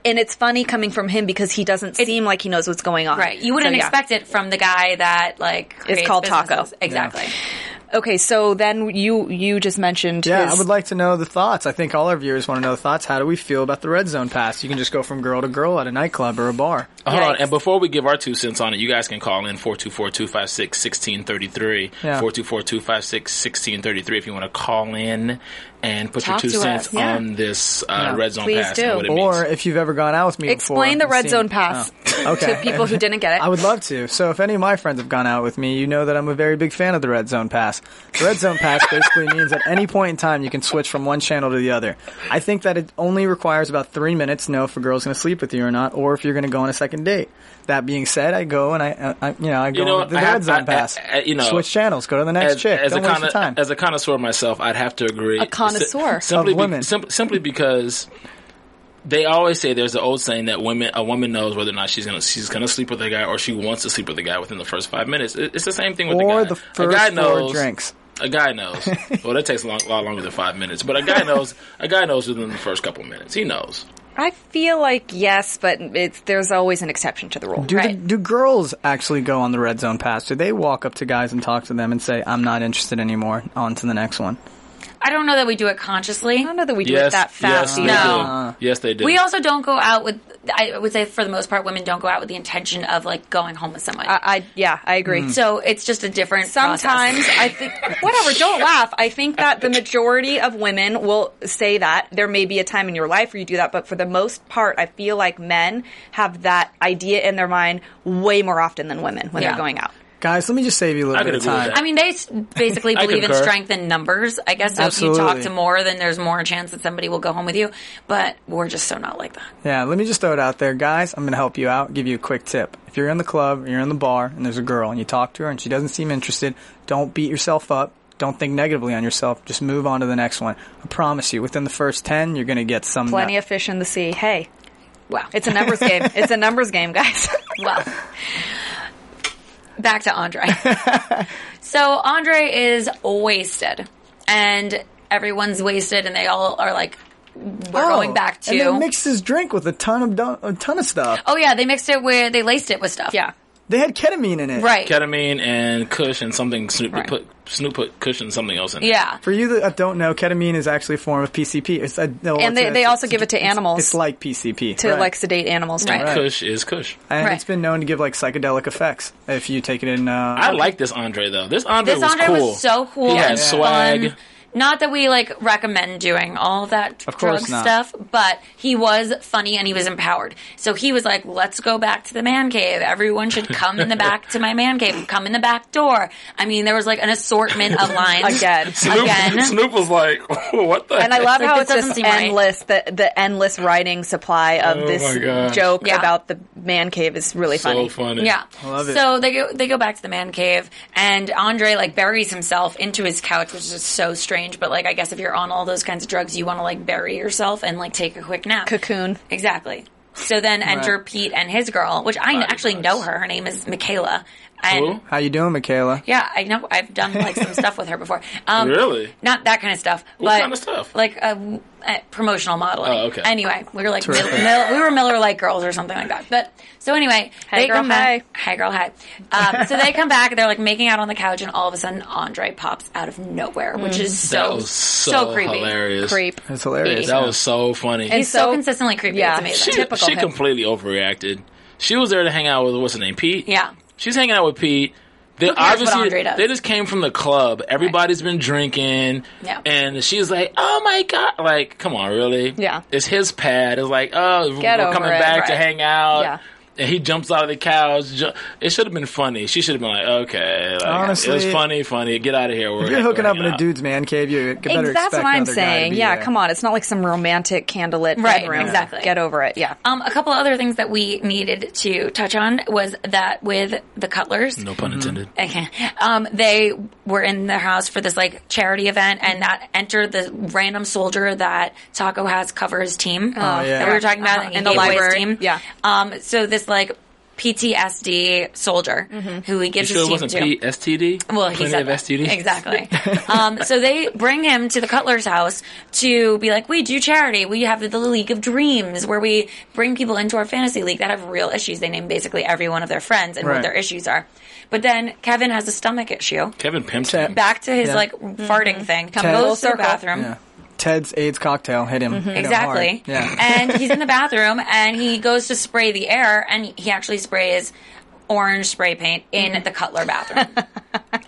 [SPEAKER 4] and it's funny coming from him because he doesn't seem like he knows what's going on
[SPEAKER 2] Right. You wouldn't
[SPEAKER 4] So, yeah.
[SPEAKER 2] expect it from the guy that like creates
[SPEAKER 4] called Taco.
[SPEAKER 2] businesses. Exactly.
[SPEAKER 4] okay so then you you just mentioned
[SPEAKER 5] Yeah,
[SPEAKER 4] his-
[SPEAKER 5] I would like to know the thoughts. I think all our viewers want to know the thoughts. How do we feel about the red zone pass? You can just go from girl to girl at a nightclub or a bar.
[SPEAKER 3] Hold on,
[SPEAKER 4] Yikes.
[SPEAKER 3] and before we give our two cents on it, you guys can call in 424-256-1633,
[SPEAKER 5] Yeah.
[SPEAKER 3] 424-256-1633 if you want to call in and put
[SPEAKER 2] Talk
[SPEAKER 3] your two
[SPEAKER 2] to
[SPEAKER 3] cents
[SPEAKER 2] us, yeah.
[SPEAKER 3] on this uh, red zone
[SPEAKER 4] please
[SPEAKER 3] pass
[SPEAKER 4] do.
[SPEAKER 3] and what it
[SPEAKER 5] Or
[SPEAKER 3] means.
[SPEAKER 5] if you've ever gone out with me before.
[SPEAKER 4] explain the
[SPEAKER 5] and
[SPEAKER 4] red
[SPEAKER 5] seen-
[SPEAKER 4] zone pass
[SPEAKER 5] Oh, okay.
[SPEAKER 4] to people who didn't get it
[SPEAKER 5] I would love to. So if any of my friends have gone out with me, you know that I'm a very big fan of the red zone pass. The red zone pass basically means at any point in time you can switch from one channel to the other. I think that it only requires about three minutes to know if a girl's going to sleep with you or not, or if you're going to go on a second date. That being said, I go and I, I I- you know, I go
[SPEAKER 3] You know,
[SPEAKER 5] with the
[SPEAKER 3] I
[SPEAKER 5] red
[SPEAKER 3] have-
[SPEAKER 5] zone
[SPEAKER 3] I- I-
[SPEAKER 5] pass.
[SPEAKER 3] I- you know,
[SPEAKER 5] switch channels, go to the next chick. Don't
[SPEAKER 3] a
[SPEAKER 5] waste
[SPEAKER 3] conno-
[SPEAKER 5] your time.
[SPEAKER 3] as a connoisseur myself, I'd have to agree.
[SPEAKER 4] A connoisseur.
[SPEAKER 3] simply
[SPEAKER 5] Of women.
[SPEAKER 3] sim- simply because they always say there's the old saying that women a woman knows whether or not she's gonna she's gonna sleep with a guy or she wants to sleep with a guy within the first five minutes. It- It's the same thing with
[SPEAKER 5] or
[SPEAKER 3] a guy.
[SPEAKER 5] the
[SPEAKER 3] a guy
[SPEAKER 5] first four
[SPEAKER 3] knows
[SPEAKER 5] drinks.
[SPEAKER 3] A guy knows. well, that takes a long, lot longer than five minutes. But a guy knows. A guy knows within the first couple minutes. He knows.
[SPEAKER 4] I feel like yes, but it's, there's always an exception to the rule.
[SPEAKER 5] Do the,
[SPEAKER 2] Right.
[SPEAKER 5] do girls actually go on the red zone pass? Do they walk up to guys and talk to them and say, "I'm not interested anymore"? On to the next one.
[SPEAKER 2] I don't know that we do it consciously.
[SPEAKER 4] I don't know that we do it
[SPEAKER 3] yes.
[SPEAKER 4] that
[SPEAKER 3] yes,
[SPEAKER 4] fast.
[SPEAKER 3] they
[SPEAKER 4] either.
[SPEAKER 2] No.
[SPEAKER 3] do. Yes, they do.
[SPEAKER 2] We also don't go out with. I would say for the most part, women don't go out with the intention of like going home with someone.
[SPEAKER 4] I, I yeah, I agree. So
[SPEAKER 2] so it's just a different. process.
[SPEAKER 4] Uh, sometimes I think whatever. Don't laugh. I think that the majority of women will say that there may be a time in your life where you do that, but for the most part, I feel like men have that idea in their mind way more often than women when
[SPEAKER 2] Yeah.
[SPEAKER 4] they're going out.
[SPEAKER 5] Guys, let me just save you a little
[SPEAKER 3] I
[SPEAKER 5] bit of
[SPEAKER 3] could agree with
[SPEAKER 5] time.
[SPEAKER 3] that.
[SPEAKER 2] I mean, they s- basically
[SPEAKER 3] I
[SPEAKER 2] believe in
[SPEAKER 3] concur.
[SPEAKER 2] strength in numbers. I guess so if you talk
[SPEAKER 5] Absolutely.
[SPEAKER 2] to more, then there's more chance that somebody will go home with you. But we're just so not like that.
[SPEAKER 5] Yeah, let me just throw it out there, guys. I'm going to help you out. Give you a quick tip. If you're in the club, or you're in the bar, and there's a girl, and you talk to her, and she doesn't seem interested, don't beat yourself up. Don't think negatively on yourself. Just move on to the next one. I promise you, within the first ten, you're going to get some.
[SPEAKER 4] Plenty of fish in the sea. Hey,
[SPEAKER 2] Wow.
[SPEAKER 4] it's a numbers game. It's a numbers game, guys.
[SPEAKER 2] well, back to Andre. so Andre is wasted, and everyone's wasted, and they all are like, "We're
[SPEAKER 5] Oh,
[SPEAKER 2] going back to."
[SPEAKER 5] And they mixed his drink with a ton of dun- a ton of stuff.
[SPEAKER 2] oh yeah, they mixed it with they laced it with stuff.
[SPEAKER 4] yeah.
[SPEAKER 5] They had ketamine in it.
[SPEAKER 2] right.
[SPEAKER 3] ketamine and Kush and something Snoop
[SPEAKER 4] Right.
[SPEAKER 3] put Snoop put Kush and something else in. it.
[SPEAKER 2] Yeah.
[SPEAKER 5] For you that don't know, ketamine is actually a form of PCP. It's a, no,
[SPEAKER 4] And
[SPEAKER 5] it's
[SPEAKER 4] they-
[SPEAKER 5] a-
[SPEAKER 4] they also
[SPEAKER 5] it's-
[SPEAKER 4] give it to
[SPEAKER 5] it's-
[SPEAKER 4] animals.
[SPEAKER 5] It's like PCP
[SPEAKER 4] To
[SPEAKER 5] right.
[SPEAKER 4] like sedate animals,
[SPEAKER 2] Right.
[SPEAKER 4] right?
[SPEAKER 3] Kush is Kush.
[SPEAKER 5] and
[SPEAKER 2] Right.
[SPEAKER 5] it's been known to give like psychedelic effects if you take it in. Uh,
[SPEAKER 3] I like this Andre though. This Andre
[SPEAKER 2] This
[SPEAKER 3] was
[SPEAKER 2] Andre
[SPEAKER 3] cool.
[SPEAKER 2] was so cool.
[SPEAKER 3] He had
[SPEAKER 2] and
[SPEAKER 3] swag.
[SPEAKER 2] Fun. Not that we like recommend doing all of that
[SPEAKER 5] Of
[SPEAKER 2] drug
[SPEAKER 5] course not.
[SPEAKER 2] stuff, but he was funny and he was empowered. So he was like, "Let's go back to the man cave. Everyone should come in the back to my man cave. Come in the back door." I mean, there was like an assortment of lines
[SPEAKER 4] Again.
[SPEAKER 3] Snoop,
[SPEAKER 2] Again.
[SPEAKER 3] Snoop was like, "What the?"
[SPEAKER 4] And I love
[SPEAKER 2] Like,
[SPEAKER 4] how
[SPEAKER 2] this
[SPEAKER 4] it's just
[SPEAKER 2] doesn't seem right.
[SPEAKER 4] endless the the endless writing supply of
[SPEAKER 3] Oh my
[SPEAKER 4] this
[SPEAKER 3] gosh.
[SPEAKER 4] joke
[SPEAKER 2] Yeah.
[SPEAKER 4] about the man cave is really
[SPEAKER 3] so
[SPEAKER 4] funny.
[SPEAKER 3] funny.
[SPEAKER 2] Yeah.
[SPEAKER 5] love it.
[SPEAKER 2] So they go they go back to the man cave and Andre like buries himself into his couch, which is just so strange, but like I guess if you're on all those kinds of drugs, you want to like bury yourself and like take a quick nap.
[SPEAKER 4] Cocoon.
[SPEAKER 2] Exactly. So then enter
[SPEAKER 5] Right.
[SPEAKER 2] Pete and his girl, which I kn-
[SPEAKER 3] Body
[SPEAKER 2] actually
[SPEAKER 3] parts.
[SPEAKER 2] know her. Her name is Michaela. And
[SPEAKER 3] Who?
[SPEAKER 5] How you doing, Michaela?
[SPEAKER 2] yeah, I know. I've done like some stuff with her before. Um,
[SPEAKER 3] Really?
[SPEAKER 2] Not that kind of stuff.
[SPEAKER 3] What
[SPEAKER 2] but
[SPEAKER 3] kind of stuff?
[SPEAKER 2] Like uh, w- uh, promotional modeling.
[SPEAKER 3] Oh, okay.
[SPEAKER 2] Anyway, we were like Mil-
[SPEAKER 5] Terrific.
[SPEAKER 2] Mil- we were Miller Lite girls or something like that. But so anyway,
[SPEAKER 4] Hey,
[SPEAKER 2] they
[SPEAKER 4] girl,
[SPEAKER 2] come back.
[SPEAKER 4] hey.
[SPEAKER 2] Hi, girl, hi. Um, so they come back. They're like making out on the couch, and all of a sudden, Andre pops out of nowhere, which is so
[SPEAKER 3] That was so,
[SPEAKER 2] creepy.
[SPEAKER 3] hilarious.
[SPEAKER 4] Creep.
[SPEAKER 5] It's hilarious.
[SPEAKER 3] That was so funny.
[SPEAKER 2] He's so,
[SPEAKER 4] So-
[SPEAKER 2] consistently creepy.
[SPEAKER 4] Yeah.
[SPEAKER 2] It's amazing.
[SPEAKER 3] she,
[SPEAKER 4] typical
[SPEAKER 3] she
[SPEAKER 4] him.
[SPEAKER 3] completely overreacted. She was there to hang out with what's her name, Pete.
[SPEAKER 2] Yeah.
[SPEAKER 3] she's hanging out with Pete. They
[SPEAKER 2] cares what
[SPEAKER 3] obviously
[SPEAKER 2] Andre does?
[SPEAKER 3] they just came from the club. Everybody's been drinking,
[SPEAKER 2] Yeah.
[SPEAKER 3] and she's like, "Oh my god!" Like, come on, really?
[SPEAKER 4] Yeah.
[SPEAKER 3] it's his pad. It's like, oh,
[SPEAKER 4] Get
[SPEAKER 3] we're
[SPEAKER 4] over
[SPEAKER 3] coming
[SPEAKER 4] it,
[SPEAKER 3] back to
[SPEAKER 2] right.
[SPEAKER 3] hang out.
[SPEAKER 4] Yeah.
[SPEAKER 3] and he jumps out of the couch. Ju- It should have been funny. She should have been like, okay, like,
[SPEAKER 5] Honestly,
[SPEAKER 3] it was funny, funny. Get out of here.
[SPEAKER 5] If you're hooking up in a dude's man cave, you better
[SPEAKER 4] That's
[SPEAKER 5] expect
[SPEAKER 4] what I'm
[SPEAKER 5] the other guy to
[SPEAKER 4] saying.
[SPEAKER 5] be
[SPEAKER 4] Yeah,
[SPEAKER 5] there.
[SPEAKER 4] come on. It's not like some romantic candlelit
[SPEAKER 2] Right,
[SPEAKER 4] bedroom.
[SPEAKER 2] exactly.
[SPEAKER 4] Get over it. Yeah.
[SPEAKER 2] Um, a couple other things that we needed to touch on was that with the Cutlers,
[SPEAKER 3] No pun intended.
[SPEAKER 2] Okay. Um, they were in their house for this like charity event, and that entered the random soldier that Taco has cover his team uh,
[SPEAKER 5] yeah.
[SPEAKER 2] that we were talking about
[SPEAKER 4] Uh-huh.
[SPEAKER 2] in
[SPEAKER 4] In the
[SPEAKER 2] the library.
[SPEAKER 4] library.
[SPEAKER 2] Team.
[SPEAKER 4] Yeah.
[SPEAKER 2] Um, so this like PTSD soldier who he gives
[SPEAKER 3] Sure, it
[SPEAKER 2] his team
[SPEAKER 3] wasn't
[SPEAKER 2] to.
[SPEAKER 3] PSTD.
[SPEAKER 2] Well, he
[SPEAKER 3] Plenty
[SPEAKER 2] said
[SPEAKER 3] of
[SPEAKER 2] that.
[SPEAKER 3] STDs.
[SPEAKER 2] Exactly. um, so they bring him to the Cutler's house to be like, we do charity. We have the League of Dreams where we bring people into our fantasy league that have real issues. They name basically every one of their friends and what
[SPEAKER 5] Right.
[SPEAKER 2] their issues are. But then Kevin has a stomach issue.
[SPEAKER 3] Kevin pimps
[SPEAKER 5] Tap.
[SPEAKER 3] him.
[SPEAKER 2] Back to his
[SPEAKER 5] Yeah.
[SPEAKER 2] like farting thing. Come
[SPEAKER 5] Ted-
[SPEAKER 2] goes to the
[SPEAKER 4] Circle.
[SPEAKER 2] bathroom.
[SPEAKER 5] Yeah. Ted's AIDS cocktail hit him.
[SPEAKER 4] Mm-hmm.
[SPEAKER 5] hit him
[SPEAKER 2] Exactly.
[SPEAKER 5] hard. Yeah.
[SPEAKER 2] and he's in the bathroom and he goes to spray the air and he actually sprays orange spray paint in the Cutler bathroom.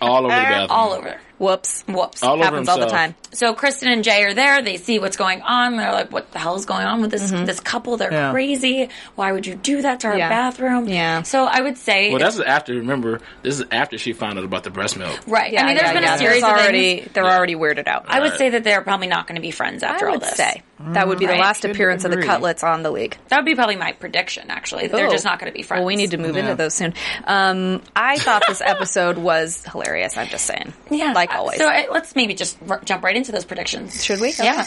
[SPEAKER 3] all over the bathroom.
[SPEAKER 2] All over.
[SPEAKER 4] Whoops.
[SPEAKER 2] Whoops.
[SPEAKER 3] All over
[SPEAKER 4] Happens all the
[SPEAKER 3] himself.
[SPEAKER 4] time.
[SPEAKER 2] So Kristen and Jay are there. They see what's going on. They're like, "What the hell is going on with this this couple? They're
[SPEAKER 5] Yeah.
[SPEAKER 2] crazy. Why would you do that to our
[SPEAKER 4] Mm-hmm. Yeah.
[SPEAKER 2] bathroom?"
[SPEAKER 4] Yeah.
[SPEAKER 2] So I would say,
[SPEAKER 3] Well, that's after. Remember, this is after she found out about the breast milk.
[SPEAKER 2] right. I mean, there's
[SPEAKER 4] yeah,
[SPEAKER 2] been
[SPEAKER 4] yeah.
[SPEAKER 2] a series
[SPEAKER 4] There's
[SPEAKER 2] of
[SPEAKER 4] already,
[SPEAKER 2] things.
[SPEAKER 4] They're already weirded out.
[SPEAKER 2] I would say that they're probably not going to be friends after all this.
[SPEAKER 4] say that would be the
[SPEAKER 2] Right.
[SPEAKER 4] last
[SPEAKER 5] Could
[SPEAKER 4] appearance of the
[SPEAKER 5] Mm, agree.
[SPEAKER 4] Cutlets on the league.
[SPEAKER 2] That would be probably my prediction. Actually, that they're
[SPEAKER 4] Oh.
[SPEAKER 2] just not going to be friends.
[SPEAKER 4] Well, we need to move into those soon. Um, I thought this episode was hilarious. I'm just saying.
[SPEAKER 2] yeah,
[SPEAKER 4] Like always.
[SPEAKER 2] So I, let's maybe just r- jump right into those predictions.
[SPEAKER 4] Should we?
[SPEAKER 2] Yeah.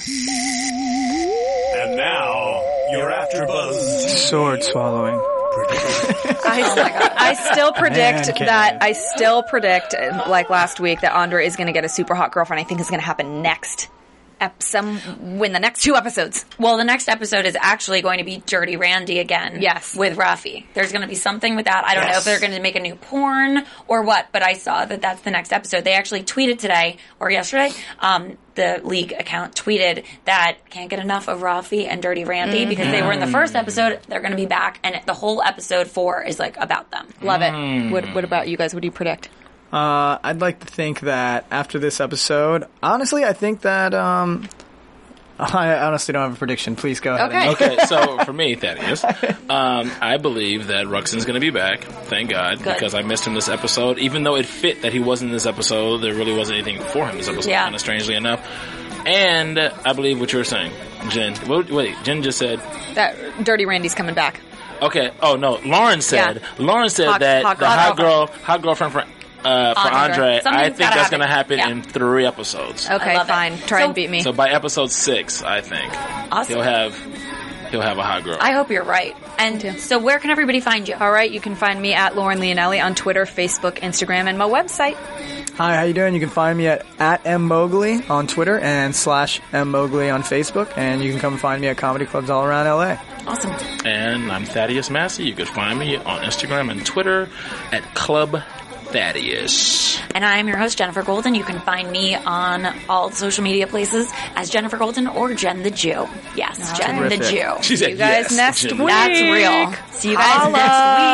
[SPEAKER 6] And now, your AfterBuzz
[SPEAKER 5] Sword swallowing.
[SPEAKER 4] I,
[SPEAKER 2] Oh
[SPEAKER 4] I still predict
[SPEAKER 5] Man cave.
[SPEAKER 4] that. I still predict, uh, like last week, that Andre is going to get a super hot girlfriend. I think is going to happen next. Ep- some win the next two episodes.
[SPEAKER 2] Well, the next episode is actually going to be Dirty Randy again.
[SPEAKER 4] Yes.
[SPEAKER 2] With Rafi. There's going to be something with that. I don't know if
[SPEAKER 5] Yes.
[SPEAKER 2] they're going to make a new porn or what, but I saw that that's the next episode. They actually tweeted today or yesterday. Um, the league account tweeted that can't get enough of Rafi and Dirty Randy
[SPEAKER 4] Mm-hmm.
[SPEAKER 2] because they were in the first episode. They're going to be back, and the whole episode four is like about them.
[SPEAKER 4] Love it. What, what about you guys? What do you predict?
[SPEAKER 5] Uh, I'd like to think that after this episode, honestly, I think that um, I honestly don't have a prediction. Please go ahead.
[SPEAKER 4] Okay.
[SPEAKER 3] Okay, so for me, Thaddeus, um, I believe that Ruxin's going to be back. Thank God, because I missed him this episode. Even though it fit that he wasn't in this episode, there really wasn't anything for him this episode,
[SPEAKER 2] Yeah.
[SPEAKER 3] kind of strangely enough. And uh, I believe what you were saying, Jen. Wait, wait, Jen just said,
[SPEAKER 4] That Dirty Randy's coming back.
[SPEAKER 3] okay, oh no, Lauren said,
[SPEAKER 4] Yeah.
[SPEAKER 3] Lauren said
[SPEAKER 4] Hot-
[SPEAKER 3] that
[SPEAKER 4] hot
[SPEAKER 3] the
[SPEAKER 4] girl-
[SPEAKER 3] hot girl, hot girlfriend for, uh, for
[SPEAKER 2] Andre.
[SPEAKER 3] Andre, I
[SPEAKER 2] Something's
[SPEAKER 3] think
[SPEAKER 2] gotta
[SPEAKER 3] that's going to
[SPEAKER 2] happen.
[SPEAKER 3] happen
[SPEAKER 2] Yeah.
[SPEAKER 3] in three episodes.
[SPEAKER 4] Okay,
[SPEAKER 2] love it.
[SPEAKER 4] fine. Try
[SPEAKER 2] So-
[SPEAKER 4] and beat me.
[SPEAKER 3] So by episode six, I think
[SPEAKER 2] Awesome.
[SPEAKER 3] he'll have he'll have a hot girl.
[SPEAKER 2] I hope you're right.
[SPEAKER 4] too.
[SPEAKER 2] And so, where can everybody find you?
[SPEAKER 4] All right, you can find me at Lauren Leonelli on Twitter, Facebook, Instagram, and my website.
[SPEAKER 5] Hi, how you doing? You can find me at at m mowgli on Twitter and slash m mowgli on Facebook, and you can come find me at comedy clubs all around LA.
[SPEAKER 2] Awesome.
[SPEAKER 3] And I'm Thaddeus Massey. You could find me on Instagram and Twitter at Club Thaddeus.
[SPEAKER 2] And I'm your host, Jennifer Golden. You can find me on all social media places as Jennifer Golden or Jen the Jew. Yes, Jen the
[SPEAKER 5] Terrific.
[SPEAKER 2] Jew.
[SPEAKER 3] She said,
[SPEAKER 4] You guys
[SPEAKER 3] yes,
[SPEAKER 4] next
[SPEAKER 3] Jim.
[SPEAKER 4] week.
[SPEAKER 2] That's real. See you guys next week.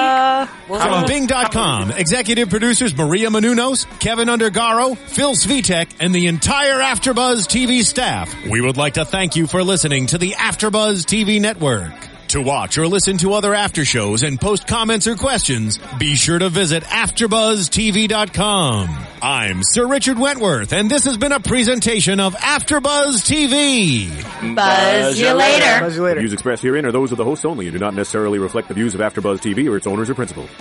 [SPEAKER 2] We'll-
[SPEAKER 1] From Bing.com, executive producers Maria Manunos, Kevin Undergaro, Phil Svitek, and the entire Afterbuzz TV staff. We would like to thank you for listening to the Afterbuzz TV network. To watch or listen to other after shows and post comments or questions, be sure to visit AfterbuzzTV.com. I'm Sir Richard Wentworth, and this has been a presentation of Afterbuzz TV.
[SPEAKER 2] Buzz you later.
[SPEAKER 5] Buzz you later.
[SPEAKER 7] Views expressed herein are those of the hosts only and do not necessarily reflect the views of AfterBuzz TV or its owners or principals.